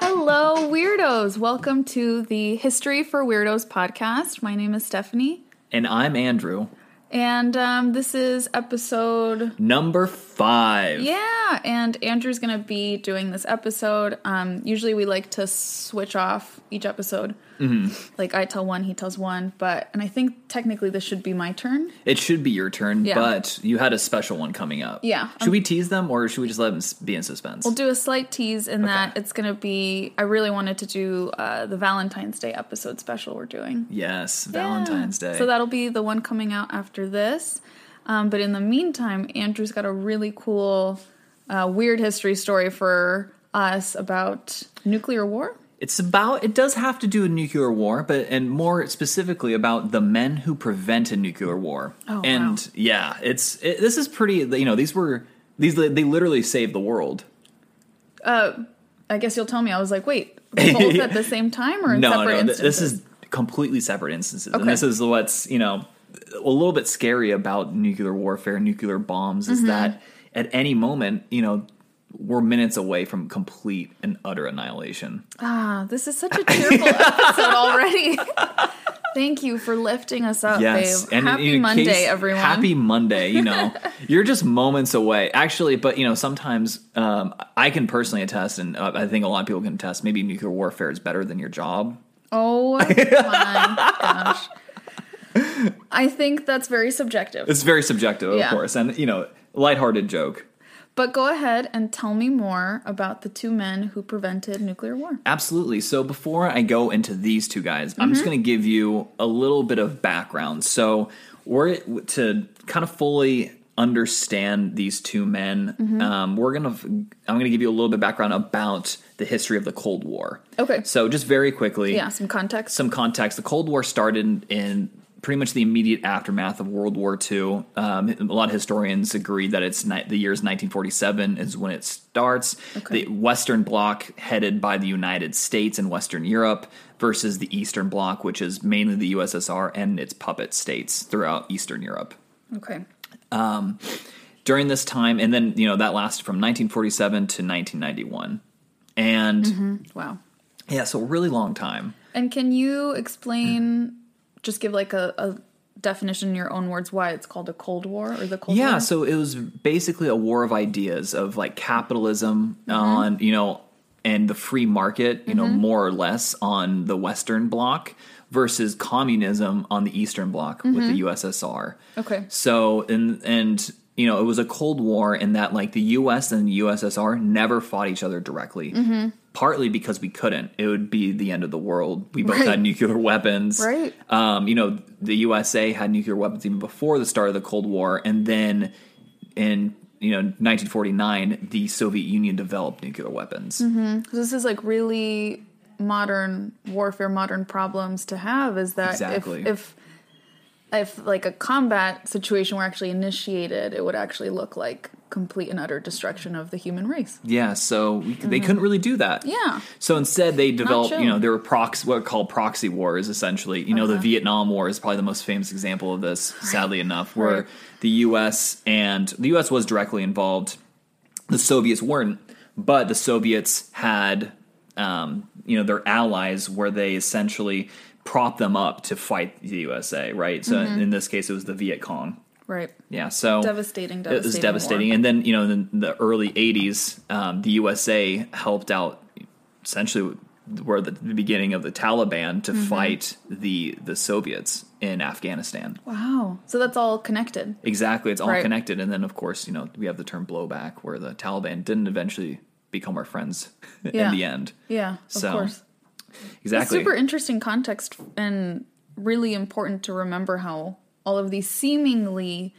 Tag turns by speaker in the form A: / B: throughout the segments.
A: Hello, weirdos. Welcome to the History for Weirdos podcast. My name is Stephanie,
B: And I'm Andrew,
A: and um, this is episode
B: number five.
A: Yeah, and Andrew's gonna be doing this episode. Um, usually we like to switch off each episode. Like I tell one, he tells one, but and I think technically this should be my turn.
B: It should be your turn,
A: Yeah.
B: but you had a special one coming up.
A: Yeah.
B: Should we tease them or should we just let them s- be in suspense?
A: We'll do a slight tease in that it's gonna be. I really wanted to do uh, the Valentine's Day episode special we're doing.
B: yes, Valentine's
A: Yeah.
B: Day.
A: So that'll be the one coming out after this. Um, but in the meantime, Andrew's got a really cool, uh, weird history story for us about nuclear war.
B: It's about it does have to do with nuclear war, but and more specifically about the men who prevented nuclear war.
A: Oh,
B: and
A: wow.
B: yeah, it's it, this is pretty. You know, these were these they literally saved the world.
A: I guess you'll tell me. I was like, wait, both at the same time or in
B: No,
A: separate
B: no, th-
A: instances?
B: this is completely separate instances,
A: Okay.
B: and this is what's you know a little bit scary about nuclear warfare, nuclear bombs,
A: Mm-hmm.
B: is that at any moment you know we're minutes away from complete and utter annihilation.
A: ah, this is such a cheerful episode already. Thank you for lifting us up,
B: Yes,
A: babe.
B: and in-
A: happy
B: in a
A: Monday,
B: case-
A: everyone.
B: Happy Monday. You know, you're just moments away, actually. But you know, sometimes um, I can personally attest, and uh, I think a lot of people can attest. Maybe nuclear warfare is better than your job.
A: Oh my gosh. I think that's very subjective.
B: It's very subjective,
A: Yeah.
B: of course, and you know, lighthearted joke.
A: but go ahead and tell me more about the two men who prevented nuclear war.
B: Absolutely. So before I go into these two guys, I'm
A: Mm-hmm.
B: just going to give you a little bit of background. So we're to kind of fully understand these two men.
A: Mm-hmm.
B: Um, we're gonna I'm going to give you a little bit of background about the history of the Cold War.
A: Okay.
B: So just very quickly,
A: Yeah, some context.
B: some context. The Cold War started in, in pretty much the immediate aftermath of World War II. Um, a lot of historians agree that it's ni- the year is 1947 is when it starts.
A: Okay.
B: The Western Bloc, headed by the United States and Western Europe, versus the Eastern Bloc, which is mainly the USSR and its puppet states throughout Eastern Europe
A: okay.
B: during this time. And then you know that lasted from 1947 to 1991, and
A: Wow.
B: yeah, so a really long time.
A: And can you explain, just give like a, a definition in your own words, why it's called a Cold War or the Cold War?
B: Yeah, so it was basically a war of ideas of like capitalism on, you know, and the free market, you know, more or less on the Western bloc versus communism on the Eastern bloc with the USSR.
A: Okay.
B: So and and you know, it was a cold war in that like the US and the USSR never fought each other directly.
A: Mm-hmm.
B: Partly because we couldn't. It would be the end of the world. We both
A: Right.
B: had nuclear weapons.
A: Right.
B: Um, you know, the USA had nuclear weapons even before the start of the Cold War, and then in you know 1949, the Soviet Union developed nuclear weapons.
A: So this is like really modern warfare, modern problems to have is that
B: Exactly.
A: if if if like a combat situation were actually initiated, it would actually look like complete and utter destruction of the human race.
B: Yeah, so we, they couldn't really do that.
A: Mm-hmm. Yeah.
B: So instead, they developed,
A: chill.
B: you know, there were prox, what are called proxy wars, essentially. You
A: Uh-huh.
B: know, the Vietnam War is probably the most famous example of this, sadly enough, where
A: Right.
B: the U.S. and the U.S. was directly involved. The Soviets weren't, but the Soviets had, um, you know, their allies where they
A: Mm-hmm.
B: essentially propped them up to fight the USA, right? So in this case, it was the Viet Cong.
A: Right.
B: Yeah, so
A: Devastating,
B: It was
A: devastating
B: devastating,
A: war.
B: and then you know, in the early '80s, um, the USA helped out essentially were the, the beginning of the Taliban
A: Mm-hmm.
B: to fight the the Soviets in Afghanistan.
A: Wow. So that's all connected.
B: Exactly, it's all
A: Right.
B: connected, and then of course, you know, we have the term blowback, where the Taliban didn't eventually become our friends
A: Yeah.
B: in the end.
A: Yeah, of
B: So,
A: course. It's
B: Exactly.
A: super interesting context and really important to remember how all of these seemingly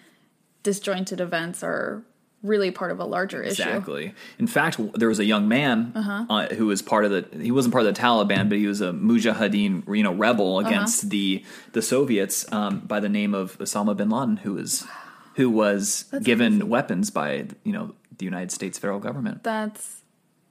A: disjointed events are really part of a larger issue. Uh-huh.
B: Exactly. In fact, w- there was a young man uh who was part of the. He wasn't part of the Taliban, but he was a mujahideen, you know, rebel
A: Uh-huh.
B: against the the Soviets um, by the name of Osama bin Laden, who was who was given weapons by you know the United States federal government.
A: That's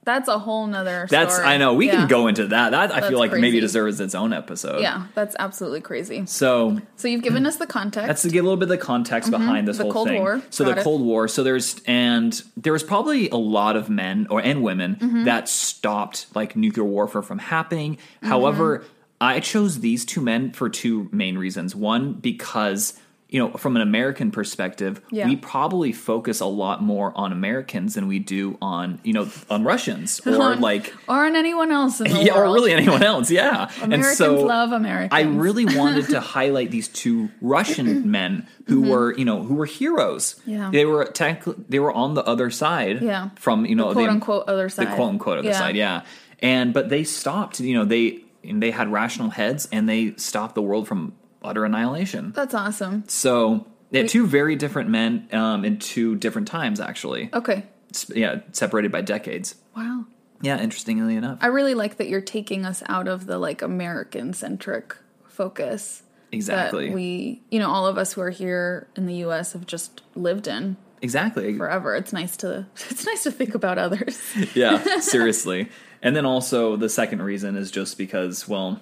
A: that's a whole nother
B: That's
A: story.
B: I know we
A: Yeah.
B: can go into that. That I feel
A: That's
B: like maybe
A: crazy.
B: deserves its own episode.
A: Yeah, that's absolutely crazy.
B: So
A: So you've given us the context.
B: That's to get a little bit of the context behind this
A: Mm-hmm. The
B: whole
A: Cold
B: thing.
A: War.
B: So
A: Got
B: the
A: it.
B: Cold War. So there's and there was probably a lot of men or and women
A: Mm-hmm.
B: that stopped like nuclear warfare from happening.
A: Mm-hmm.
B: However, I chose these two men for two main reasons. One because you know, from an American perspective,
A: Yeah.
B: we probably focus a lot more on Americans than we do on, you know, on Russians or like,
A: or on anyone else in the
B: yeah, or
A: world.
B: really anyone else. Yeah.
A: Americans love Americans.
B: I really wanted to highlight these two Russian men who were, you know, who were heroes.
A: Mm-hmm. Yeah.
B: They were tech, they were on the other side
A: Yeah.
B: from, you know,
A: quote unquote other
B: the
A: side.
B: quote unquote other
A: Yeah.
B: side, yeah. And but they stopped, you know, they and they had rational heads and they stopped the world from utter annihilation.
A: That's awesome.
B: So they had two very different men um, in two different times actually.
A: Okay.
B: S- Yeah, separated by decades.
A: Wow.
B: Yeah, interestingly enough.
A: I really like that you're taking us out of the like American centric focus.
B: Exactly.
A: That we, you know, all of us who are here in the US have just lived in
B: exactly.
A: forever. It's nice to it's nice to think about others.
B: yeah, seriously. And then also the second reason is just because, well,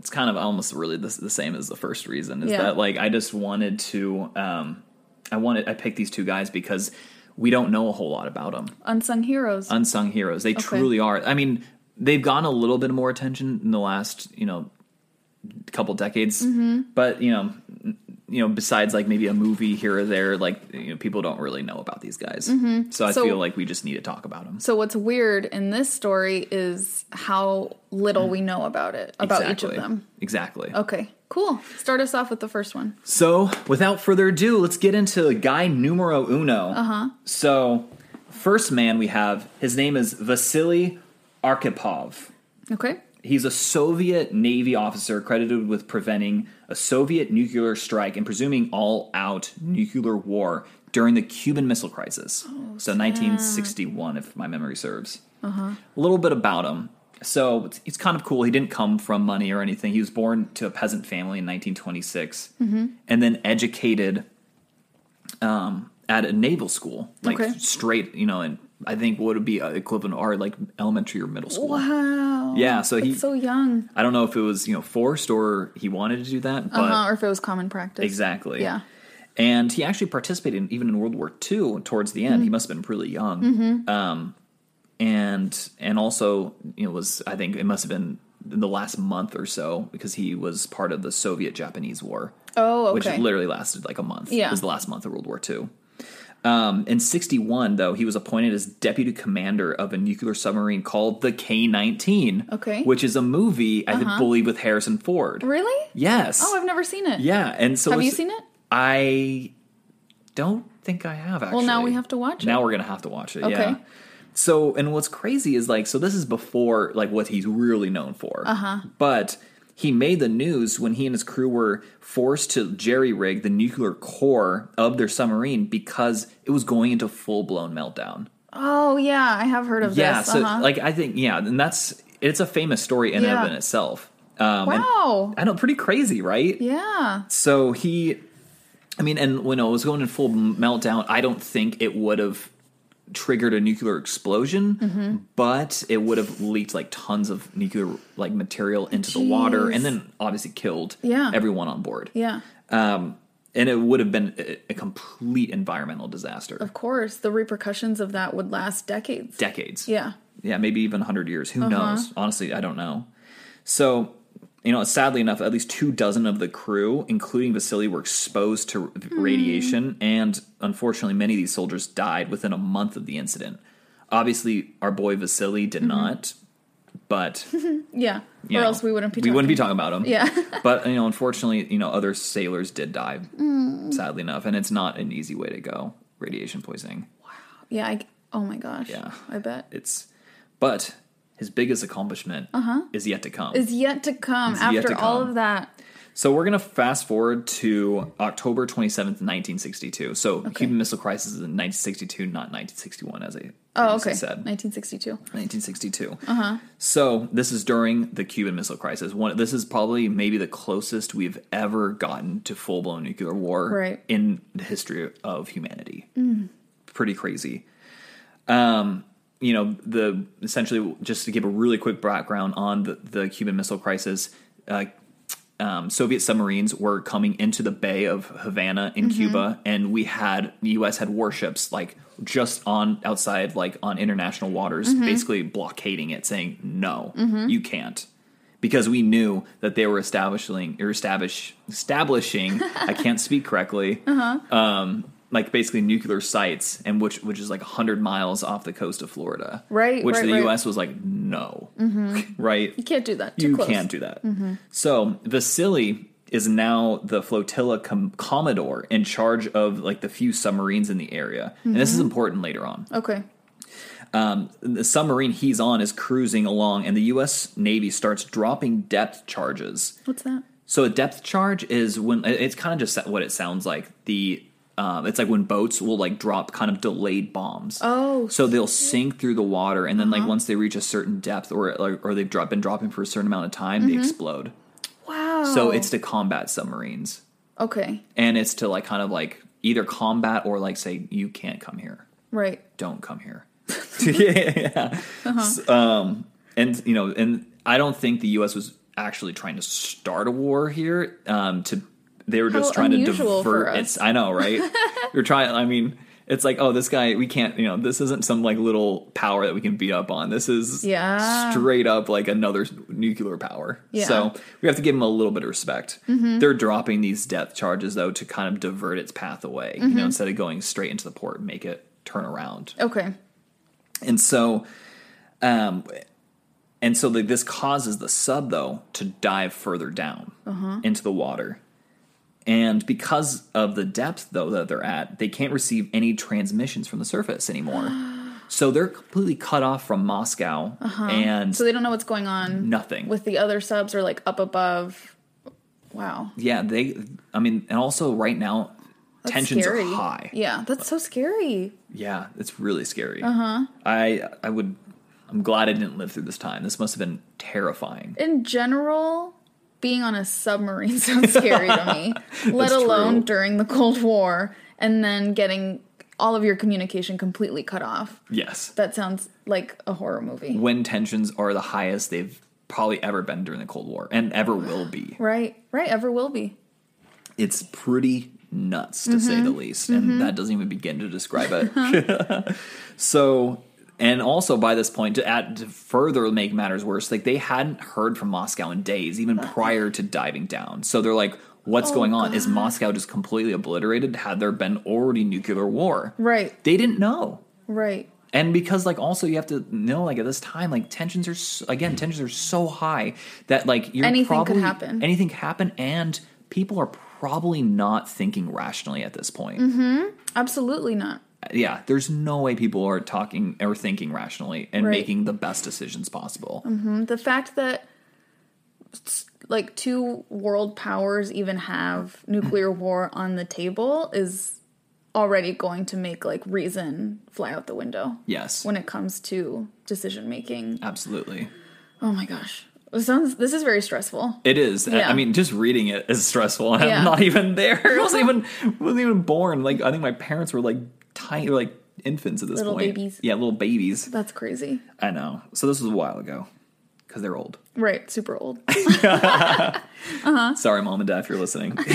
B: it's kind of almost really the, the same as the first reason is
A: Yeah.
B: that like I just wanted to, um, I wanted I picked these two guys because we don't know a whole lot about them.
A: Unsung heroes.
B: Unsung heroes, they truly are. I mean, they've gotten a little bit more attention in the last you know couple decades,
A: Mm-hmm.
B: but you know. n- You know, besides like maybe a movie here or there, like you know, people don't really know about these guys. So I
A: Mm-hmm. So-
B: feel like we just need to talk about them.
A: so what's weird in this story is how little we know about it about each of them.
B: Exactly.
A: Okay. Cool. Start us off with the first one.
B: So, without further ado, let's get into guy numero uno. Uh
A: Uh-huh.
B: huh. So, first man we have, his name is Vasily Arkhipov.
A: Okay?
B: He's a Soviet Navy officer credited with preventing a Soviet nuclear strike and presuming all out nuclear war during the Cuban Missile Crisis.
A: Oh,
B: so, 1961, if my memory serves.
A: Uh-huh.
B: A little bit about him. So, it's, it's kind of cool. He didn't come from money or anything. He was born to a peasant family in 1926
A: Mm-hmm.
B: and then educated um, at a naval school, like
A: Okay.
B: straight, you know, and I think what would be uh, equivalent or like elementary or middle school.
A: Wow.
B: Yeah, so he
A: That's so young.
B: I don't know if it was you know forced or he wanted to do that, but
A: Uh-huh, or if it was common practice.
B: exactly.
A: Yeah.
B: And he actually participated in, even in World War II towards the
A: Mm-hmm.
B: end. He must have been pretty young. Um, and and also you know was I think it must have been in the last month or so because he was part of the Soviet Japanese War.
A: Oh,
B: Which
A: okay.
B: literally lasted like a month.
A: Yeah.
B: It was the last month of World War II. Um, in 61, though, he was appointed as deputy commander of a nuclear submarine called the K 19.
A: Okay.
B: Which is a movie, I believe, with Harrison Ford.
A: Really?
B: Yes.
A: Oh, I've never seen it.
B: yeah. And so
A: Have you
B: it's-
A: seen it?
B: I don't think I have actually.
A: Well, now we have to watch it.
B: Now we're going to have to watch it.
A: Okay.
B: Yeah. So, and what's crazy is like, so this is before like what he's really known for. Uh
A: Uh-huh.
B: huh. But he made the news when he and his crew were forced to jerry rig the nuclear core of their submarine because it was going into full blown meltdown.
A: Oh yeah, I have heard of
B: Yeah.
A: this.
B: So,
A: uh-huh.
B: like, I think, yeah, and that's, it's a famous story in
A: Yeah.
B: and of itself. Um, and-
A: wow.
B: I know, pretty crazy, right?
A: yeah.
B: So he, I mean, and when it was going in full meltdown, I don't think it would have triggered a nuclear explosion,
A: Mm-hmm.
B: but it would have leaked like tons of nuclear like material into the water,
A: Jeez.
B: and then obviously killed
A: Yeah.
B: everyone on board.
A: Yeah.
B: And it would have been a, a complete environmental disaster,
A: Of course, the repercussions of that would last decades.
B: decades.
A: yeah. Uh-huh.
B: yeah, maybe even 100 years. Who knows? Honestly, I don't know. So you know, sadly enough, at least two dozen of the crew, including Vasily, were exposed to
A: Hmm.
B: radiation, and unfortunately, many of these soldiers died within a month of the incident. Obviously, our boy Vasily did not, but
A: Yeah.
B: you
A: Mm-hmm. or
B: know,
A: else we wouldn't be.
B: we
A: Talking.
B: wouldn't be talking about him.
A: Yeah.
B: but you know, unfortunately, you know, other sailors did die,
A: Mm.
B: sadly enough, and it's not an easy way to go. Radiation poisoning.
A: Yeah. I, oh my gosh.
B: Yeah.
A: I bet.
B: It's, but his biggest accomplishment is yet to come.
A: Uh-huh. Is yet to come
B: It's
A: after
B: yet to
A: all
B: come.
A: of that.
B: So we're gonna fast forward to October twenty seventh, nineteen sixty two. So Cuban Missile Crisis is in nineteen sixty two, not nineteen sixty one, as I
A: Oh,
B: previously
A: okay.
B: said.
A: 1962.
B: Nineteen sixty two. Uh huh. So this is during the Cuban Missile Crisis. One, this is probably maybe the closest we've ever gotten to full blown nuclear war
A: Right.
B: in the history of humanity. Pretty crazy Um, you know the essentially just to give a really quick background on the, the Cuban Missile Crisis, uh, um, Soviet submarines were coming into the Bay of Havana in
A: Mm-hmm.
B: Cuba, and we had the U.S. had warships like just on outside like on international waters,
A: Mm-hmm.
B: basically blockading it, saying no, you can't. Because we knew that they were establishing, or establish, establishing. I can't speak correctly
A: Uh-huh.
B: um, like basically nuclear sites and which which is like 100 miles off the coast of Florida.
A: Right,
B: Which
A: right,
B: the
A: right. Mm-hmm.
B: US was like no. right?
A: You can't do that. Too
B: You
A: close. Mm-hmm.
B: can't do that. So, Vasily is now the flotilla com- commodore in charge of like the few submarines in the area. And this is
A: Mm-hmm.
B: important later on
A: Okay.
B: the submarine he's on is cruising along, and the U.S. Navy starts dropping depth charges.
A: What's that?
B: So a depth charge is when it- it's kind of just what it sounds like. The um, it's like when boats will like drop kind of delayed bombs.
A: Oh, Uh-huh.
B: so they'll sink through the water, and then like once they reach a certain depth, or like, or they've dro- been dropping for a certain amount of time,
A: Mm-hmm.
B: they explode.
A: Wow.
B: So it's to combat submarines,
A: okay.
B: and it's to like kind of like either combat or like say you can't come here
A: Right.
B: don't come here. yeah.
A: Uh-huh.
B: S- um, and you know, and I don't think the U.S. was actually trying to start a war here. Um, to they were just
A: How
B: trying to
A: unusual for
B: divert.
A: us.
B: It's I know, right? You're trying. I mean, it's like, oh, this guy, we can't. You know, this isn't some like little power that we can beat up on. This is
A: Yeah.
B: straight up like another s- nuclear power.
A: Yeah. Mm-hmm.
B: So we have to give them a little bit of respect. They're dropping these depth charges though to kind of divert its path away.
A: Mm-hmm.
B: You know, instead of going straight into the port, make it turn around.
A: Okay.
B: And so, um, and so like this causes the sub though to dive further down
A: Uh-huh.
B: into the water. And because of the depth though that they're at, they can't receive any transmissions from the surface anymore. so they're completely cut off from Moscow and
A: Uh-huh. So they don't know what's going on
B: nothing.
A: with the other subs or like up above. Wow.
B: yeah, they. I mean, and also right now tensions
A: scary.
B: are high.
A: Yeah, that's so scary.
B: Yeah, it's really scary. Uh
A: Uh-huh.
B: huh. I I would. I'm glad I didn't live through this time. This must have been terrifying.
A: In general, being on a submarine sounds scary to me, let
B: That's
A: alone
B: true.
A: during the Cold War and then getting all of your communication completely cut off.
B: Yes.
A: That sounds like a horror movie.
B: when tensions are the highest they've probably ever been during the Cold War and ever will be.
A: Right, right, ever will be.
B: It's pretty nuts to say the least. And that doesn't even begin to describe it. so and also by this point to add to further make matters worse, like they hadn't heard from Moscow in days, even prior to diving down. So they're like, what's going on? Is Moscow just completely obliterated? Had there been already nuclear war?
A: Right,
B: They didn't know.
A: right.
B: and because like also you have to know like at this time like tensions are s again tensions are so high that like you're
A: Anything could
B: probably,
A: happen.
B: anything could happen and people are probably not thinking rationally at this point
A: Mm-hmm. Absolutely not.
B: yeah there's no way people are talking or thinking rationally and
A: Right. Mm-hmm.
B: making the best decisions possible
A: The fact that s- like two world powers even have nuclear war on the table is already going to make like reason fly out the window
B: yes
A: when it comes to decision making.
B: absolutely
A: Oh my gosh. This sounds this is very stressful.
B: it is I-
A: Yeah.
B: i mean just reading it is stressful and
A: Yeah.
B: i'm not even there i wasn't even wasn't even born like i think my parents were like tiny like infants at this
A: Little
B: point
A: babies.
B: yeah little babies
A: That's crazy.
B: I know. So this was a while ago. because they're old.
A: Right, super old.
B: Sorry, mom and dad, if you're listening.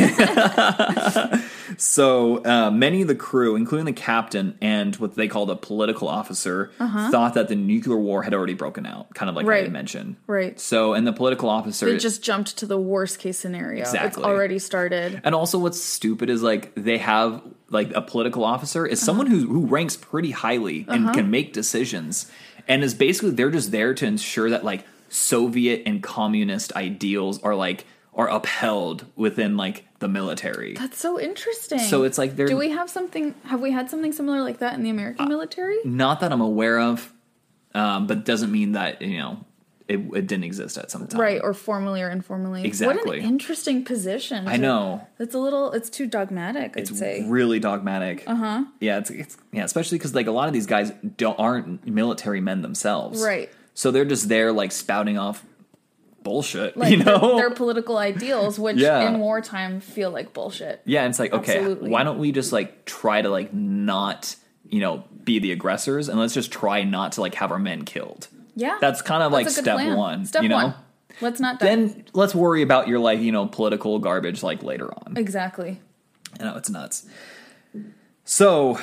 B: so uh, many of the crew, including the captain and what they called a political officer, thought that the nuclear war had already broken out, kind of like I
A: Uh-huh. Right.
B: had mentioned.
A: Right.
B: So, and the political officer.
A: It just jumped to the worst case scenario. It's
B: Exactly.
A: already started.
B: and also, what's stupid is like they have like a political officer is someone
A: Uh-huh.
B: who who ranks pretty highly and can make decisions, and is basically they're just there to ensure that like Soviet and communist ideals are like are upheld within like the military.
A: That's so interesting.
B: So it's like they're- Uh,
A: Do we have something have we had something similar like that in the American military?
B: not that I'm aware of, um, but doesn't mean that you know it, it didn't exist at some time.
A: Right, or formally or informally. What
B: Exactly.
A: an interesting position.
B: I
A: to-
B: know
A: It's a little it's too dogmatic, I'd
B: it's
A: say.
B: really dogmatic. Uh
A: Uh-huh.
B: huh. Yeah, it's, it's yeah, especially because like a lot of these guys don't aren't military men themselves,
A: Right.
B: So they're just there like spouting off bullshit,
A: like
B: you know?
A: their, their political ideals, which
B: Yeah.
A: in wartime feel like bullshit.
B: yeah, and it's like okay,
A: Absolutely.
B: why don't we just like try to like not you know be the aggressors and let's just try not to like have our men killed.
A: Yeah,
B: That's kind of
A: That's
B: like
A: a good
B: step
A: plan.
B: one,
A: Step
B: you know?
A: one. Let's not die.
B: Then let's worry about your like you know political garbage like later on.
A: exactly.
B: I know it's nuts. So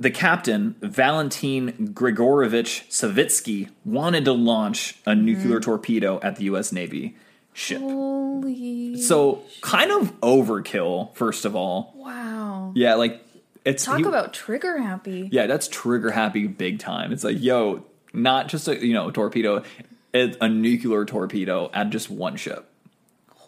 B: the captain, Valentin Grigorovich Savitsky, wanted to launch a
A: Mm-hmm.
B: nuclear torpedo at the US Navy ship.
A: Holy
B: So kind of overkill, first of all.
A: wow!
B: Yeah, like it's
A: Talk
B: he-
A: about trigger happy.
B: Yeah, that's trigger happy big time. It's like, yo, not just a you know, torpedo, it's a nuclear torpedo at just one ship.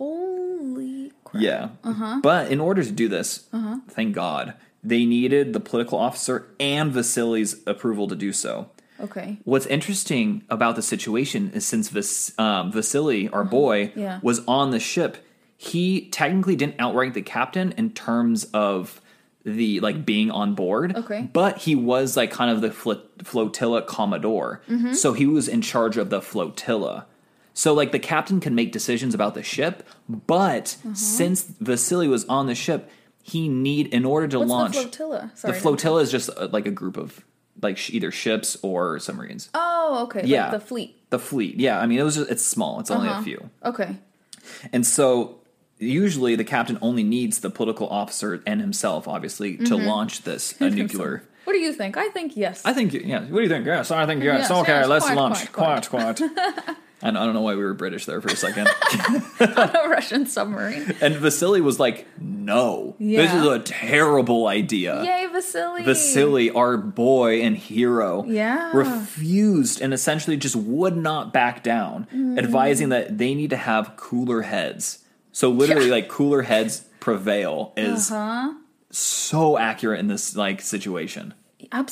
A: Holy crap!
B: Yeah. But in order to do this, thank God, they needed the political officer and Vasili's approval to do so.
A: Okay,
B: What's interesting about the situation is since Vas- um, Vasily, our boy,
A: Mm-hmm. Yeah.
B: was on the ship, he technically didn't outrank the captain in terms of the like being on board.
A: Okay.
B: But he was like kind of the fl- flotilla commodore.
A: Mm-hmm.
B: So he was in charge of the flotilla. So like the captain can make decisions about the ship, but
A: Mm-hmm.
B: since Vasily was on the ship, he need in order to
A: what's
B: launch
A: the flotilla? Sorry.
B: the flotilla is just uh, like a group of like sh- either ships or submarines.
A: Oh, okay. like
B: Yeah.
A: the fleet.
B: The fleet, yeah. I mean, it was just, it's small. It's
A: Uh-huh.
B: only a few,
A: Okay,
B: and so usually the captain only needs the political officer and himself, obviously, to
A: Mm-hmm.
B: launch this a nuclear.
A: what do you think? I think yes.
B: I think, yeah. What do you think? Yes, I think yes.
A: Yes,
B: okay,
A: yes,
B: let's
A: quiet,
B: launch.
A: quiet,
B: Quiet, quiet. I, know, I don't know why we were British there for a second.
A: a Russian submarine.
B: and Vasily was like, "No, this
A: Yeah.
B: is a terrible idea."
A: Yay, Vasily!
B: Vasily, our boy and hero,
A: Yeah.
B: refused and essentially just would not back down,
A: Mm.
B: advising that they need to have cooler heads. So literally, like cooler heads prevail is
A: Uh-huh.
B: so accurate in this like situation.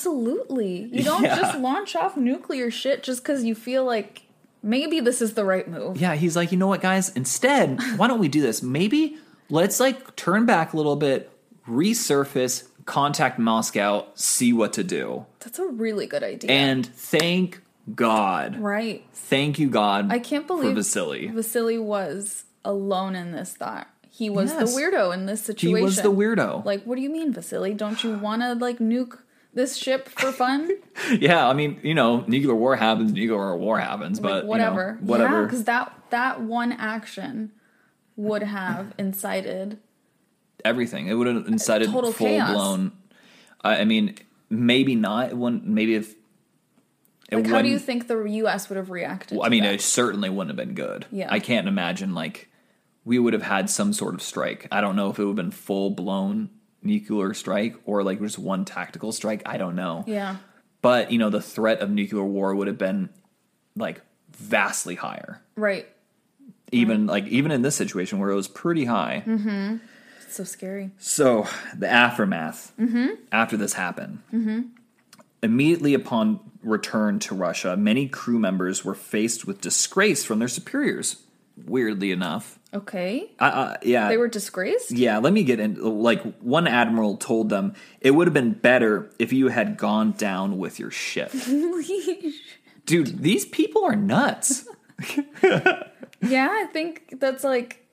A: Absolutely. You don't
B: Yeah.
A: just launch off nuclear shit just because you feel like maybe this is the right move.
B: Yeah, he's like, you know what, guys? Instead, why don't we do this? Maybe let's like turn back a little bit, resurface, contact Moscow, see what to do,
A: That's a really good idea.
B: and thank God.
A: right.
B: Thank you, God.
A: I can't believe
B: for Vasily.
A: Vasily was alone in this thought. He was
B: Yes.
A: the weirdo in this
B: He
A: situation.
B: was the weirdo.
A: Like, what do you mean, Vasily? Don't you want to like nuke this ship for fun?
B: yeah, I mean, you know, nuclear war happens, nuclear war happens, but you
A: like,
B: know,
A: whatever,
B: whatever.
A: Because that that one action would have incited.
B: Everything it would have incited
A: Total
B: full
A: chaos.
B: blown. I I mean, maybe not. It wouldn't, maybe if it
A: Like, how do you
B: wouldn't-
A: think the U.S. would have reacted?
B: I
A: to
B: mean,
A: that?
B: it certainly wouldn't have been good.
A: Yeah.
B: I can't imagine like we would have had some sort of strike. I don't know if it would have been full blown nuclear strike or like just one tactical strike. I don't know.
A: yeah,
B: But you know, the threat of nuclear war would have been like vastly higher.
A: right.
B: even
A: Mm-hmm.
B: like even in this situation where it was pretty high.
A: It's so scary.
B: So the aftermath
A: Mm-hmm.
B: after this happened, immediately upon return to Russia, many crew members were faced with disgrace from their superiors. Weirdly enough,
A: Okay,
B: I, I, yeah,
A: they were disgraced.
B: yeah. Let me get in. Like one admiral told them, it would have been better if you had gone down with your ship,
A: Mm-hmm.
B: dude. These people are nuts.
A: yeah, I think that's like,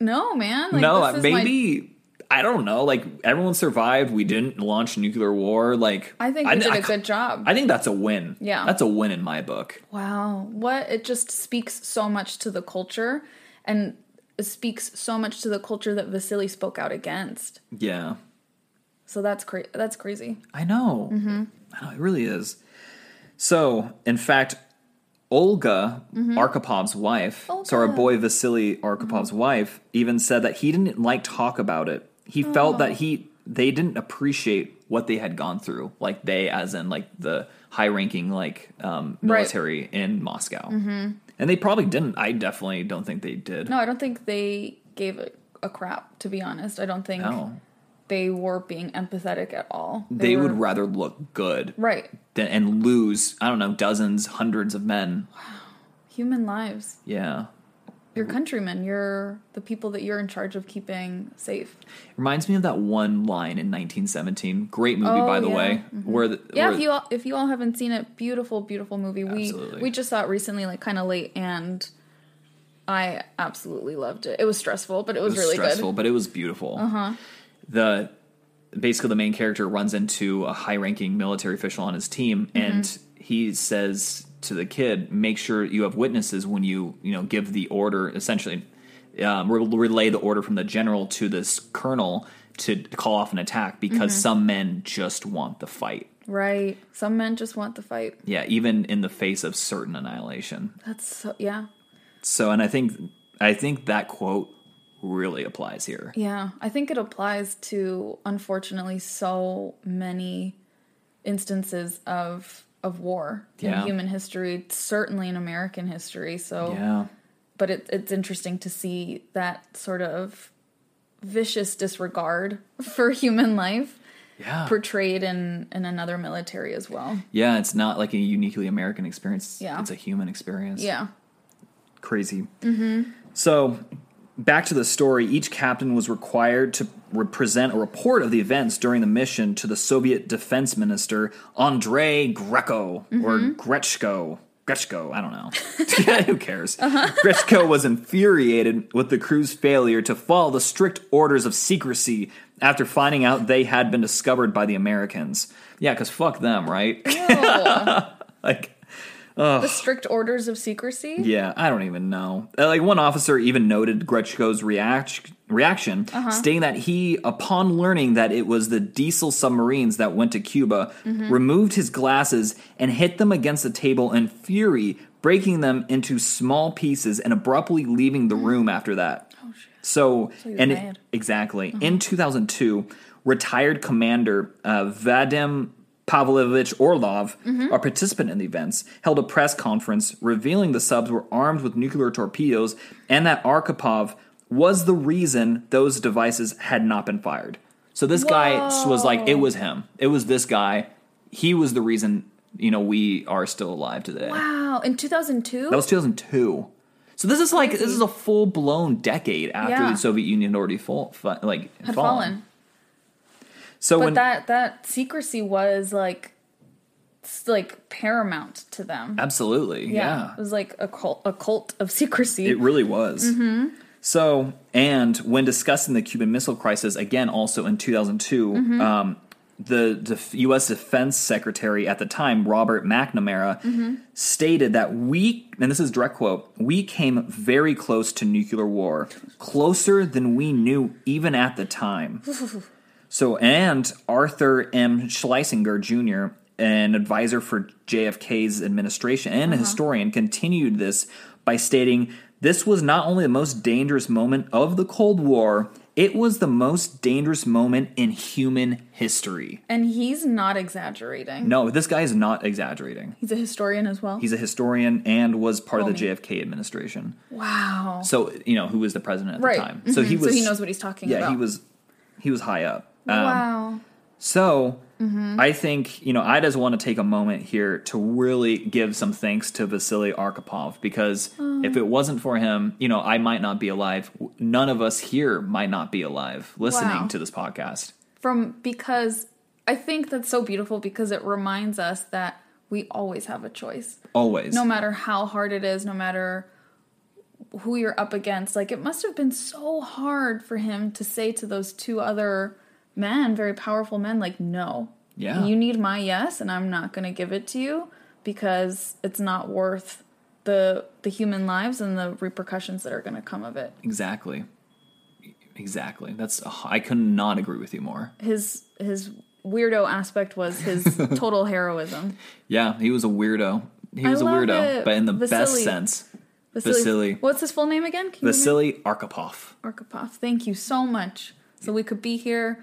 A: no, man. Like,
B: no,
A: this is my
B: maybe I don't know. Like everyone survived. We didn't launch nuclear war. Like
A: I think we did a good job.
B: I think that's a win.
A: Yeah.
B: that's a win in my book.
A: Wow. What it just speaks so much to the culture and it speaks so much to the culture that Vasily spoke out against.
B: Yeah,
A: So that's cra- that's crazy.
B: I know.
A: Mm-hmm.
B: I know it really is. So, in fact, Olga Arkapov's wife, so our
A: Mm-hmm. Olga. Mm-hmm.
B: boy Vasily Arkapov's wife, even said that he didn't like talk about it. He felt
A: Oh.
B: that he they didn't appreciate what they had gone through, like they, as in like the high ranking like um,
A: Right. Mm-hmm.
B: military in Moscow, and they probably didn't. I definitely don't think they did.
A: No, I don't think they gave a, a crap to be honest. I don't think
B: No.
A: they were being empathetic at all.
B: They,
A: were-
B: would rather look good
A: Right.
B: than and lose. I don't know, dozens, hundreds of men.
A: Human lives.
B: Yeah.
A: Your countrymen, you're the people that you're in charge of keeping safe.
B: Reminds me of that one line in 1917. Great movie,
A: Oh,
B: by the
A: yeah.
B: way. Where the,
A: Yeah,
B: where-
A: if you all, if you all haven't seen it, beautiful, beautiful movie.
B: Absolutely.
A: We we just saw it recently, like kind of late, and I absolutely loved it. It was stressful, but it was,
B: it was
A: really
B: stressful,
A: good.
B: but it was beautiful. Uh-huh. The basically the main character runs into a high-ranking military official on his team,
A: Mm-hmm.
B: and he says to the kid, "Make sure you have witnesses when you you know give the order. Essentially, um, re- relay the order from the general to this colonel to call off an attack because
A: Mm-hmm.
B: some men just want the fight.
A: Right? Some men just want the fight.
B: Yeah, even in the face of certain annihilation."
A: That's so yeah,
B: So, and I think I think that quote really applies here.
A: yeah. I think it applies to unfortunately so many instances of of war
B: Yeah.
A: in human history, certainly in American history. So
B: Yeah,
A: but it, it's interesting to see that sort of vicious disregard for human life
B: yeah,
A: portrayed in in another military as well.
B: yeah. It's not like a uniquely American experience.
A: Yeah.
B: it's a human experience.
A: Yeah.
B: crazy. Mm-hmm. So, back to the story. Each captain was required to re- present a report of the events during the mission to the Soviet Defense Minister Andrei Greco or Grechko. Grechko, I don't know. Who cares? Grechko was infuriated with the crew's failure to follow the strict orders of secrecy after finding out they had been discovered by the Americans. Yeah, because fuck them, right? like,
A: the strict orders of secrecy.
B: Yeah, I don't even know. Uh, Like one officer even noted Gretchko's react- reaction, stating that he, upon learning that it was the diesel submarines that went to Cuba, removed his glasses and hit them against the table in fury, breaking them into small pieces and abruptly leaving the room after that. So,
A: he was
B: and
A: mad.
B: exactly in 2002, retired commander uh, Vadim Pavlovich Orlov, a participant in the events, held a press conference revealing the subs were armed with nuclear torpedoes and that Arkhipov was the reason those devices had not been fired. So this guy was like, it was him. It was this guy. He was the reason. You know, we are still alive today.
A: Wow. In 2002?
B: That was 2002. So this is like this is a full blown decade after
A: Yeah.
B: the Soviet Union had already fall, fa- like
A: had fallen.
B: So
A: But
B: when
A: that that secrecy was like s- like paramount to them.
B: absolutely, Uh, yeah,
A: It was like a cult a cult of secrecy.
B: it really was.
A: Mm-hmm.
B: So and when discussing the Cuban Missile Crisis again, also in 2002,
A: Mm-hmm.
B: um, the def- U.S. Defense Secretary at the time, Robert McNamara,
A: Mm-hmm.
B: stated that we and this is direct quote: "We came very close to nuclear war, closer than we knew even at the time." So, and Arthur M. Schlesinger Jr., an advisor for JFK's administration
A: Uh-huh.
B: and a historian, continued this by stating this was not only the most dangerous moment of the Cold War, it was the most dangerous moment in human history.
A: and he's not exaggerating.
B: No, this guy is not exaggerating.
A: He's a historian as well.
B: He's a historian and was part of the
A: Homie.
B: JFK administration.
A: wow.
B: So, you know, who was the president at
A: right.
B: the time. So he
A: Mhm.
B: was
A: so he knows what he's talking
B: Yeah,
A: about.
B: he was um, he was high up.
A: wow.
B: So
A: Mm-hmm.
B: I think, you know, I just want to take a moment here to really give some thanks to Vasily Arkhipov because
A: Oh.
B: if it wasn't for him, you know, I might not be alive. None of us here might not be alive listening
A: Wow.
B: to this podcast.
A: from because I think that's so beautiful because it reminds us that we always have a choice.
B: Always.
A: No matter how hard it is, no matter who you're up against. Like it must have been so hard for him to say to those two other men, very powerful men, like, no.
B: Yeah.
A: You need my yes, and I'm not gonna give it to you because it's not worth the the human lives and the repercussions that are gonna come of it.
B: Exactly. Exactly. That's oh, I could not agree with you more.
A: His his weirdo aspect was his total heroism.
B: Yeah, he was a weirdo. He
A: I
B: was a
A: love
B: weirdo,
A: it.
B: but in the best
A: Vasily. Mm-hmm.
B: sense.
A: Vasily.
B: Vasily.
A: What's his full name again? Can you remember?
B: Vasily Arkhipov.
A: Arkapov, thank you so much. So we could be here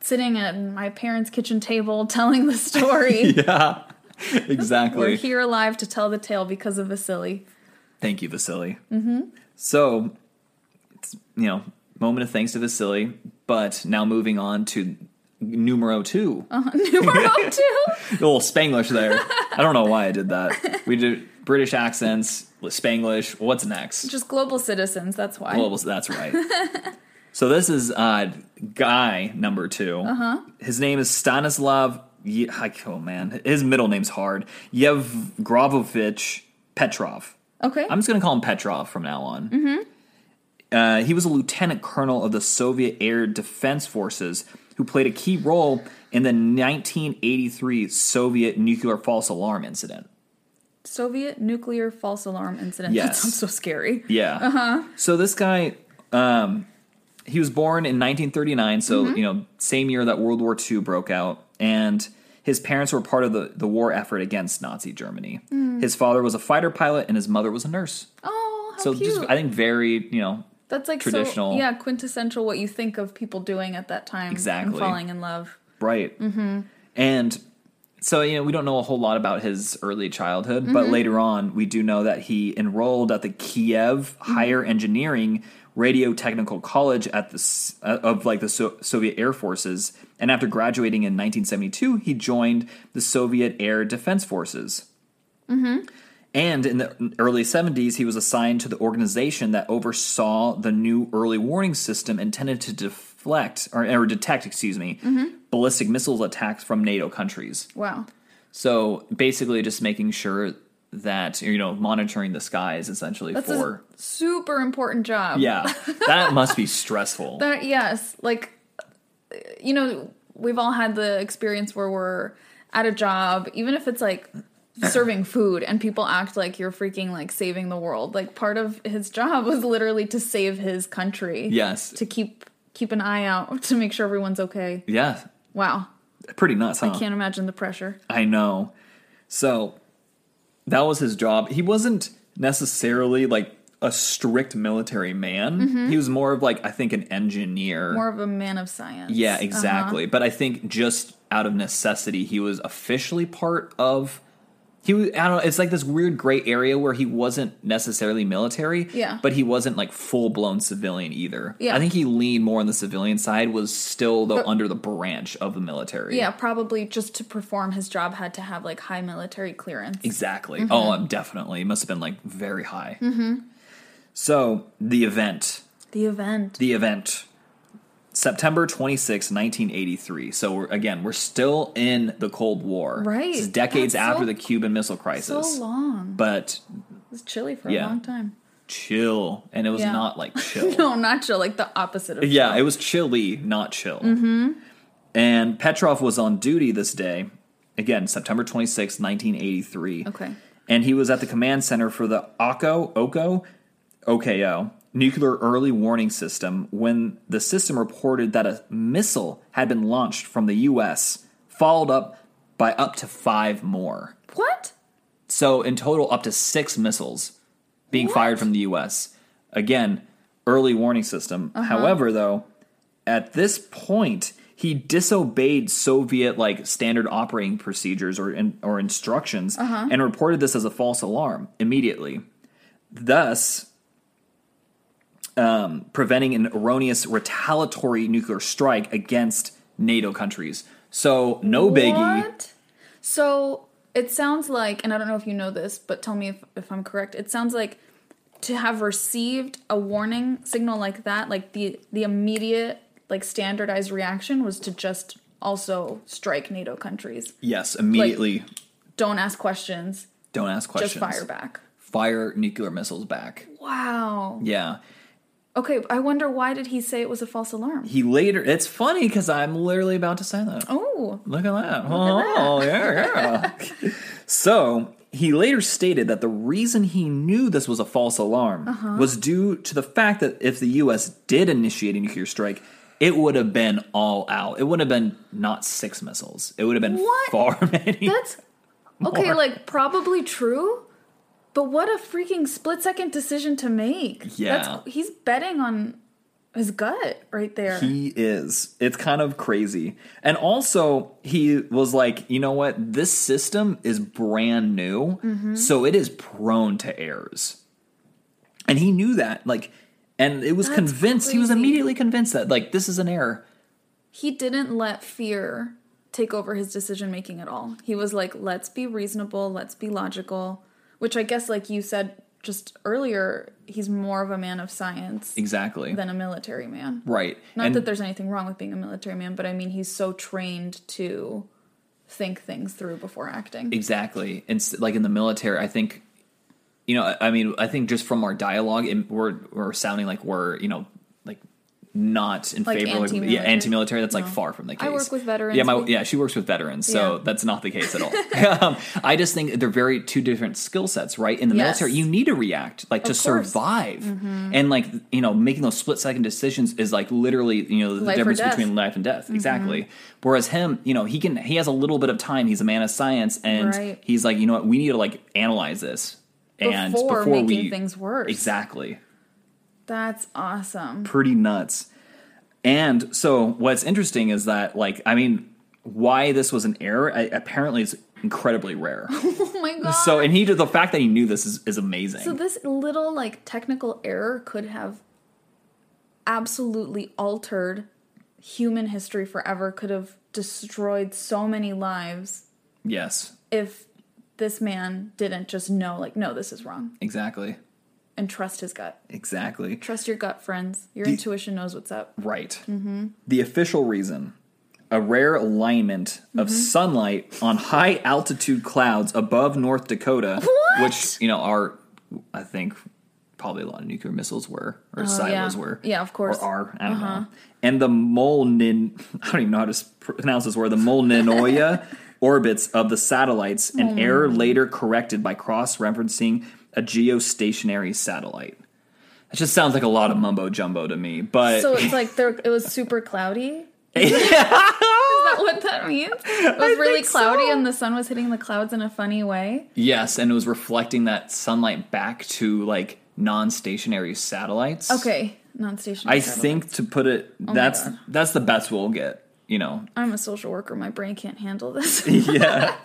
A: sitting at my parents' kitchen table telling the story.
B: Yeah.
A: We're
B: exactly.
A: here alive to tell the tale because of Vasily.
B: Thank you, Vasily. Mm-hmm. So, it's, you know, moment of thanks to Vasily, but now moving on to numero 2
A: Uh, Numero two.
B: A little Spanglish there. I don't know why I did that. We did British accents, Spanglish. What's next?
A: Just global citizens, that's why.
B: Well, that's right. so this is uh, guy number 2 Uh-huh. His name is Stanislav. Ye- I- oh man, his middle name's hard. Yevgrovovich Petrov.
A: okay.
B: I'm just gonna call him Petrov from now on. Mm-hmm. Uh, he was a lieutenant colonel of the Soviet Air Defense Forces, who played a key role in the 1983 Soviet nuclear false alarm incident.
A: Soviet nuclear false alarm incident. That
B: Yes.
A: sounds so scary.
B: Yeah. Uh-huh. So this guy, um, he was born in 1939, so you know, same year that World War II broke out, and his parents were part of the, the war effort against Nazi Germany. His father was a fighter pilot, and his mother was a nurse.
A: Oh, how
B: so
A: cute.
B: just I think very you know
A: that's like
B: traditional-
A: So, yeah, quintessential what you think of people doing at that time.
B: Exactly.
A: And falling in love.
B: right, mm-hmm. and so you know we don't know a whole lot about his early childhood, but later on we do know that he enrolled at the Kiev Higher Engineering Radio Technical College at the s- uh, of like the so- Soviet Air Forces, and after graduating in 1972, he joined the Soviet Air Defense Forces. And in the early 70s, he was assigned to the organization that oversaw the new early warning system intended to deflect or, or detect, excuse me,
A: Mm-hmm.
B: ballistic missiles attacks from NATO countries.
A: Wow.
B: So basically, just making sure that you know monitoring the skies essentially
A: That's
B: for
A: a super important job.
B: yeah, that must be stressful.
A: That yes, like you know, we've all had the experience where we're at a job, even if it's like serving food and people act like you're freaking like saving the world. Like part of his job was literally to save his country.
B: yes,
A: To keep keep an eye out to make sure everyone's okay.
B: yeah,
A: Wow.
B: pretty nuts. Huh?
A: Can't imagine the pressure.
B: I know. So that was his job. He wasn't necessarily like a strict military man. He was more of like I think an engineer.
A: Mm-hmm. More uh-huh. of a man of science. Um,
B: yeah, exactly. But I think just out of necessity, he was officially part of. He was, I don't know. It's like this weird gray area where he wasn't necessarily military.
A: Yeah.
B: But he wasn't like full blown civilian either.
A: Yeah.
B: I think he leaned more on the civilian side. Was still though
A: But-
B: under the branch of the military.
A: Yeah, probably just to perform his job had to have like high military clearance.
B: Exactly.
A: Mm-hmm.
B: Oh, um, definitely. It must have been like very high. So the event,
A: The event.
B: the event, September 26, 1983. So we're, again, we're still in the Cold War.
A: Right.
B: This is decades
A: That's so-
B: after the Cuban Missile
A: So
B: Crisis.
A: long.
B: But
A: It was chilly for
B: Yeah.
A: a long time.
B: chill. And it was
A: Yeah.
B: not like chill.
A: No, not chill. Like the opposite of
B: Yeah, it was chilly, not chill. Mm-hmm. And Petrov was on duty this day. Again, September 26, 1983.
A: Okay.
B: And he was at the command center for the OKO, OKO, OKO, nuclear early warning system when the system reported that a missile had been launched from the U.S., followed up by up to five more.
A: What?
B: So in total, up to six missiles being fired from the U.S. Again, early warning system.
A: Uh-huh.
B: However, though, at this point, he disobeyed Soviet like standard operating procedures or in, or instructions
A: Uh-huh.
B: and reported this as a false alarm immediately. Thus. Um, preventing an erroneous retaliatory nuclear strike against NATO countries. So, no biggie.
A: What? So it sounds like, and I don't know if you know this, but tell me if, if I'm correct. It sounds like to have received a warning signal like that, like the the immediate like standardized reaction was to just also strike NATO countries.
B: Yes, immediately.
A: Don't ask questions.
B: don't ask questions.
A: Just fire back.
B: fire nuclear missiles back.
A: Wow.
B: Yeah.
A: Okay, I wonder why did he say it was a false alarm?
B: He later. It's funny because I'm literally about to say that.
A: oh.
B: Look at that. oh, yeah, yeah. so he later stated that the reason he knew this was a false alarm was due to the fact that if the U.S. did initiate a nuclear strike, it would have been all out. It would have been not six missiles. It would have been
A: What?
B: far many.
A: That's okay,
B: More.
A: like probably true, but what a freaking split second decision to make.
B: Yeah.
A: he's betting on his gut right there.
B: He is. It's kind of crazy. And also, he was like, you know what? This system is brand new,
A: Mm-hmm.
B: so it is prone to errors. And he knew that, like, and it was
A: That's
B: convinced. He was
A: crazy.
B: immediately convinced that, like, this is an error.
A: he didn't let fear take over his decision making at all. He was like, let's be reasonable, let's be logical, which I guess, like you said just earlier, he's more of a man of science
B: Exactly.
A: than a military man.
B: right.
A: Not
B: and
A: that there's anything wrong with being a military man, but I mean, he's so trained to think things through before acting.
B: Exactly. And s- like in the military, I think, you know, I I mean, I think just from our dialogue, it, we're we're sounding like we're you know like not in
A: Like
B: favor, like, yeah,
A: anti-military.
B: anti-military. That's like
A: No.
B: far from the case.
A: I work with veterans.
B: Yeah, my
A: We-
B: yeah, she works with veterans, so
A: Yeah.
B: that's not the case at all. um, I just think they're very two different skill sets, right? In the
A: Yes.
B: military, you need to react, like to
A: Of course. Mm-hmm.
B: survive, and like you know, making those split second decisions is like literally you know the
A: Life or
B: difference
A: death.
B: between life and
A: Mm-hmm.
B: death. Exactly. Whereas him, you know, he can he has a little bit of time. He's a man of science, and
A: Right.
B: he's like, you know what, we need to like analyze this and
A: before, making
B: we
A: things worse.
B: exactly
A: That's awesome.
B: pretty nuts. And so what's interesting is that like I mean, why this was an error? I, apparently, it's incredibly rare.
A: Oh my god.
B: so and he the fact that he knew this is, is amazing.
A: So this little like technical error could have absolutely altered human history forever, could have destroyed so many lives
B: yes,
A: if this man didn't just know like no this is wrong
B: exactly,
A: and trust his gut.
B: exactly.
A: Trust your gut, friends. Your intuition knows what's up.
B: Right. The official reason a rare alignment of sunlight on high altitude clouds above North Dakota,
A: What?
B: which, you know, are, I think, probably a lot of nuclear missiles were, or silos
A: Oh, yeah.
B: were.
A: Yeah, of course. Uh-huh.
B: Or are, I don't know. And the Molnin, I don't even know how to s- pronounce this word, the Molninoia orbits of the satellites, an
A: Hmm.
B: error later corrected by cross referencing a geostationary satellite. That just sounds like a lot of mumbo jumbo to me, but
A: So it's like there it was super cloudy. Is that what that means? It was really cloudy and the sun was hitting the clouds in a funny way.
B: Yes, and it was reflecting that sunlight back to like non-stationary satellites.
A: Okay, non-stationary.
B: I
A: satellite.
B: think to put it that's
A: God.
B: that's the best we'll get, you know.
A: I'm a social worker. My brain can't handle this.
B: Yeah.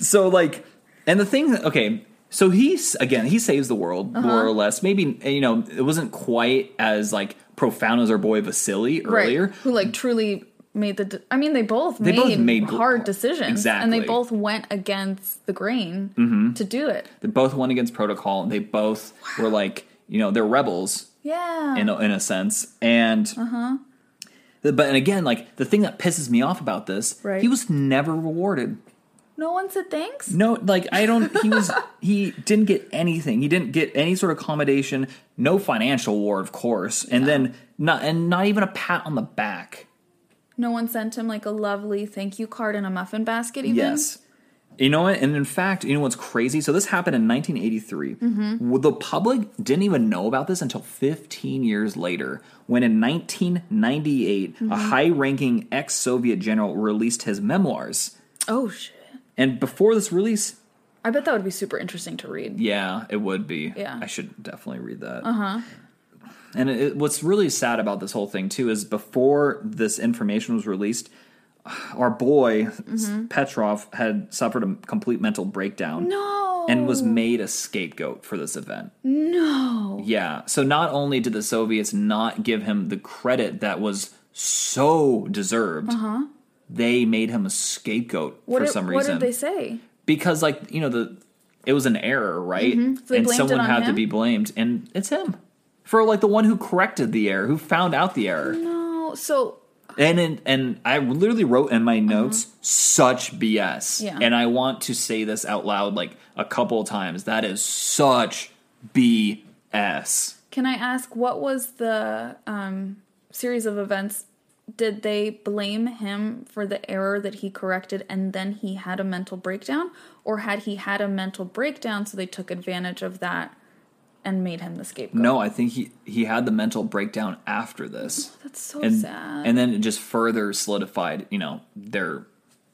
B: so like and the thing okay, so he's again, he saves the world
A: Uh-huh.
B: more or less. Maybe you know, it wasn't quite as like profound as our boy Vasily earlier.
A: Right. Who like truly made the? De- I mean, they both made
B: both made gl-
A: hard decisions, and
B: Exactly. Mm-hmm.
A: they both went against the grain to do it.
B: They both went against protocol and they both were like, you know, they're rebels
A: Yeah.
B: in a, in a sense. And the- but and again, like the thing that pisses me off about this,
A: Right.
B: he was never rewarded.
A: no one said thanks.
B: No, like I don't. He was he didn't get anything. He didn't get any sort of accommodation. No financial war, of course, and then not and not even a pat on the back.
A: No one sent him like a lovely thank you card and a muffin basket. Even
B: Yes. You know what? And in fact, you know what's crazy? So this happened in 1983.
A: Mm-hmm.
B: Well, The public didn't even know about this until 15 years later, when in 1998,
A: Mm-hmm.
B: a high-ranking ex-Soviet general released his memoirs.
A: Oh shit.
B: And before this release,
A: I bet that would be super interesting to read.
B: yeah, it would be.
A: Yeah.
B: I should definitely read that. Uh-huh. And it, it- what's really sad about this whole thing too is before this information was released, our boy Petrov had suffered a complete mental breakdown.
A: Mm-hmm. No.
B: and was made a scapegoat for this event. No. Yeah. So not only did the Soviets not give him the credit that was so deserved, they made him a scapegoat
A: Uh-huh. what
B: for
A: did,
B: some
A: what
B: reason.
A: did they say?
B: because like, you know, the it was an error, right?
A: Mm-hmm. they
B: and
A: blamed it
B: someone
A: on
B: had to
A: him?
B: be blamed and it's him. For like the one who corrected the error, who found out the error.
A: No. So
B: And and and I literally wrote in my notes such BS.
A: Mm-hmm. Yeah.
B: And I want to say this out loud like a couple times. That is such BS. S.
A: Can I ask what was the um, series of events? Did they blame him for the error that he corrected and then he had a mental breakdown? Or had he had a mental breakdown so they took advantage of that and made him the scapegoat?
B: No, I think he he had the mental breakdown after this.
A: That's so
B: and
A: sad.
B: and then it just further solidified, you know, their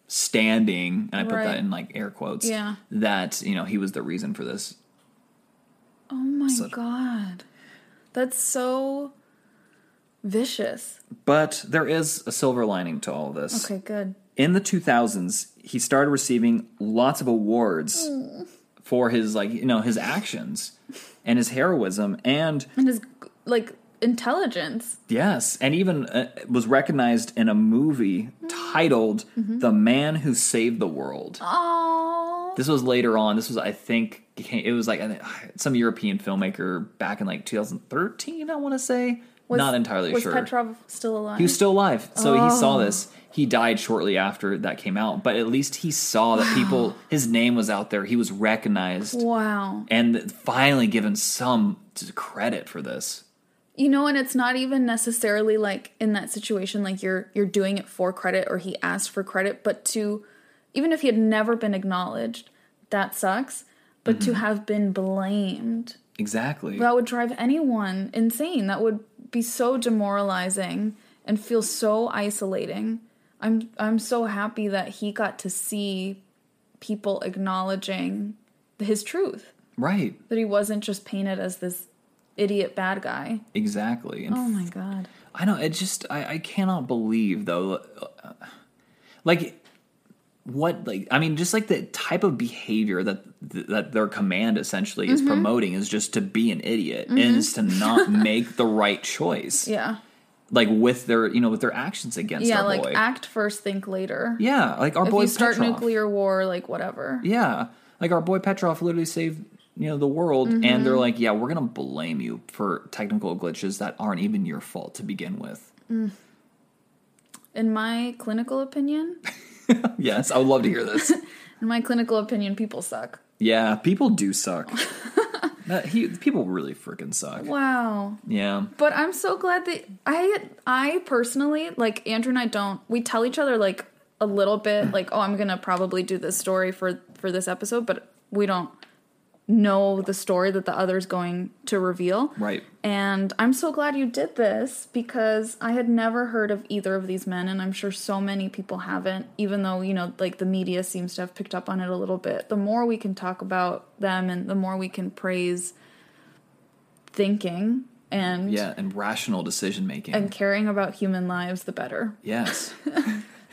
B: standing, and I put
A: Right.
B: that in like air quotes.
A: Yeah.
B: That you know he was the reason for this.
A: oh my god. That's so vicious.
B: But there is a silver lining to all of this.
A: Okay, good.
B: In the 2000s, he started receiving lots of awards for his like you know his actions and his heroism and
A: And his like intelligence.
B: Yes, and even uh, was recognized in a movie titled "The Man Who Saved the World."
A: Oh.
B: This was later on. This was, I think, it was like I think, some European filmmaker back in like 2013. I want to say, not entirely
A: was
B: sure.
A: Petrov still alive?
B: he was still alive, so he saw this. He died shortly after that came out, but at least he saw that people. His name was out there. He was recognized,
A: wow.
B: and finally given some credit for this.
A: you know and it's not even necessarily like in that situation like you're you're doing it for credit or he asked for credit but to even if he had never been acknowledged that sucks but to
B: Mm-hmm.
A: have been blamed
B: Exactly.
A: that would drive anyone insane that would be so demoralizing and feel so isolating i'm i'm so happy that he got to see people acknowledging his truth
B: right.
A: that he wasn't just painted as this idiot bad guy
B: Exactly. And
A: oh my god
B: I know. It just I, I cannot believe though, uh, like what like I mean, just like the type of behavior that that their command essentially is promoting is just to be an idiot and is to not make the right choice,
A: yeah
B: like with their you know with their actions against
A: Yeah,
B: our
A: like
B: boy.
A: act first, think later.
B: yeah, like our
A: if
B: boy
A: you start
B: Petrov.
A: nuclear war, like whatever.
B: Yeah, like our boy Petrov literally saved you know the world, and
A: Mm-hmm.
B: they're like, yeah, we're gonna blame you for technical glitches that aren't even your fault to begin with.
A: In my clinical opinion,
B: Yes, I would love to hear this.
A: in my clinical opinion, people suck.
B: Yeah, people do suck. That- he, people really freaking suck.
A: Wow.
B: Yeah,
A: But I'm so glad that I I personally like Andrew and I don't we tell each other like a little bit like oh I'm going to probably do this story for for this episode, but we don't know the story that the other's going to reveal.
B: right.
A: And I'm so glad you did this because I had never heard of either of these men, and I'm sure so many people haven't, even though, you know, like the media seems to have picked up on it a little bit. The more we can talk about them and the more we can praise thinking and,
B: Yeah, and rational decision making.
A: and caring about human lives, the better.
B: yes,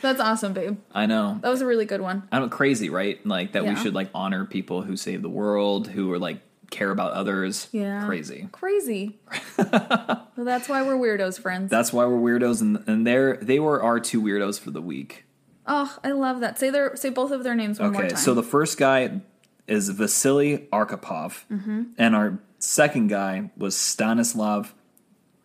A: That's awesome, babe.
B: I know.
A: That was a really good one.
B: I don't crazy, right? Like that we
A: Yeah.
B: should like honor people who save the world, who are like care about others.
A: Yeah.
B: crazy.
A: Crazy. well, that's why we're weirdos, friends.
B: That's why we're weirdos, and and they're they were our two weirdos for the week.
A: oh, I love that. Say their say both of their names one more
B: Okay,
A: time.
B: so the first guy is Vasily Arkhipov,
A: Mm-hmm.
B: and our second guy was Stanislav,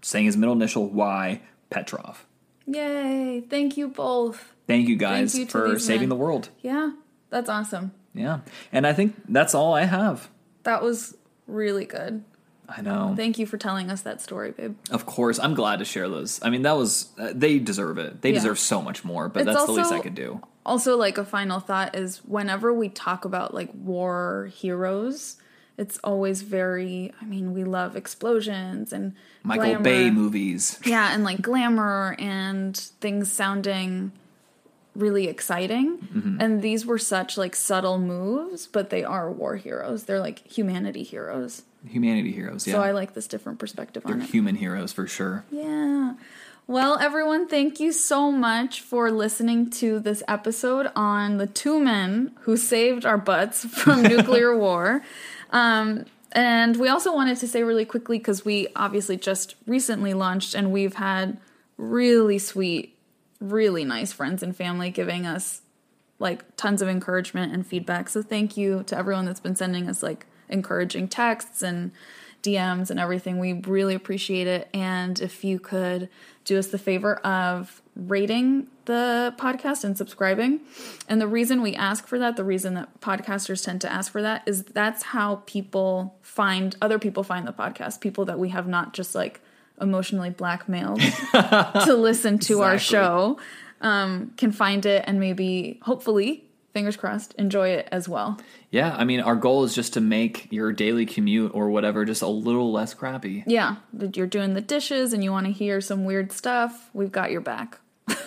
B: saying his middle initial Y Petrov.
A: Yay. Thank you both.
B: Thank you guys
A: Thank you to
B: for
A: these
B: saving
A: men.
B: the world.
A: Yeah, that's awesome.
B: Yeah, and I think that's all I have.
A: That was really good.
B: I know.
A: Thank you for telling us that story, babe.
B: of course, I'm glad to share those. I mean, that was uh, they deserve it. They
A: Yeah.
B: deserve so much more, but
A: It's
B: that's the least I
A: also-
B: could do.
A: Also, like a final thought is whenever we talk about like war heroes, it's always very, I mean, we love explosions and
B: Michael
A: glamour.
B: Bay movies.
A: Yeah, and like glamour and things sounding really exciting.
B: Mm-hmm.
A: And these were such like subtle moves, but they are war heroes. They're like humanity heroes.
B: Humanity heroes, yeah.
A: So I like this different perspective on
B: They're
A: it.
B: human heroes for sure.
A: Yeah. Well, everyone, thank you so much for listening to this episode on the two men who saved our butts from nuclear war. Um, and we also wanted to say really quickly because we obviously just recently launched and we've had really sweet, really nice friends and family giving us like tons of encouragement and feedback. So thank you to everyone that's been sending us like encouraging texts and DMs and everything. We really appreciate it. And if you could do us the favor of rating the podcast and subscribing. And the reason we ask for that, the reason that podcasters tend to ask for that, is that's how people find other people find the podcast, people that we have not just like emotionally blackmailed to listen to our
B: Exactly.
A: show um, can find it and maybe, hopefully, fingers crossed, enjoy it as well.
B: Yeah, I mean, our goal is just to make your daily commute or whatever just a little less crappy.
A: Yeah, that you're doing the dishes and you want to hear some weird stuff, we've got your back.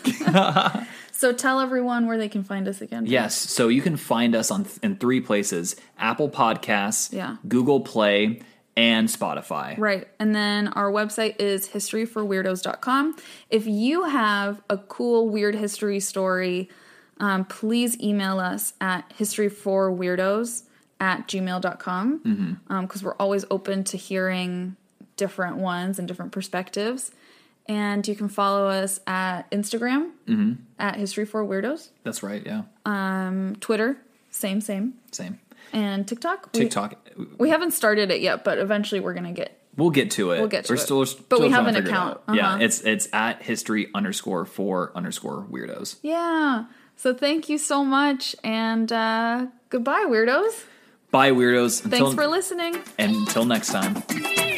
A: so tell everyone where they can find us again.
B: Yes, so you can find us on th- in three places: Apple Podcasts,
A: Yeah.
B: Google Play, and Spotify.
A: Right. And then our website is historyforweirdos.com. If you have a cool, weird history story, um, please email us at historyforweirdos at gmail.com because um, we're always open to hearing different ones and different perspectives. And you can follow us at Instagram at historyforweirdos,
B: That's right. Yeah,
A: Twitter, same, same,
B: same.
A: and TikTok. We-
B: TikTok.
A: We, haven't started it yet, but eventually we're going to get
B: We'll get to it. We'll
A: get to
B: We're
A: it.
B: still, still
A: But we have
B: trying to
A: an
B: figure it
A: account.
B: out.
A: Uh-huh.
B: Yeah, it's it's at history underscore four underscore weirdos.
A: Yeah. So thank you so much, and uh, goodbye, weirdos.
B: Bye, weirdos.
A: Thanks
B: until,
A: for listening.
B: and until next time.
C: Thank you.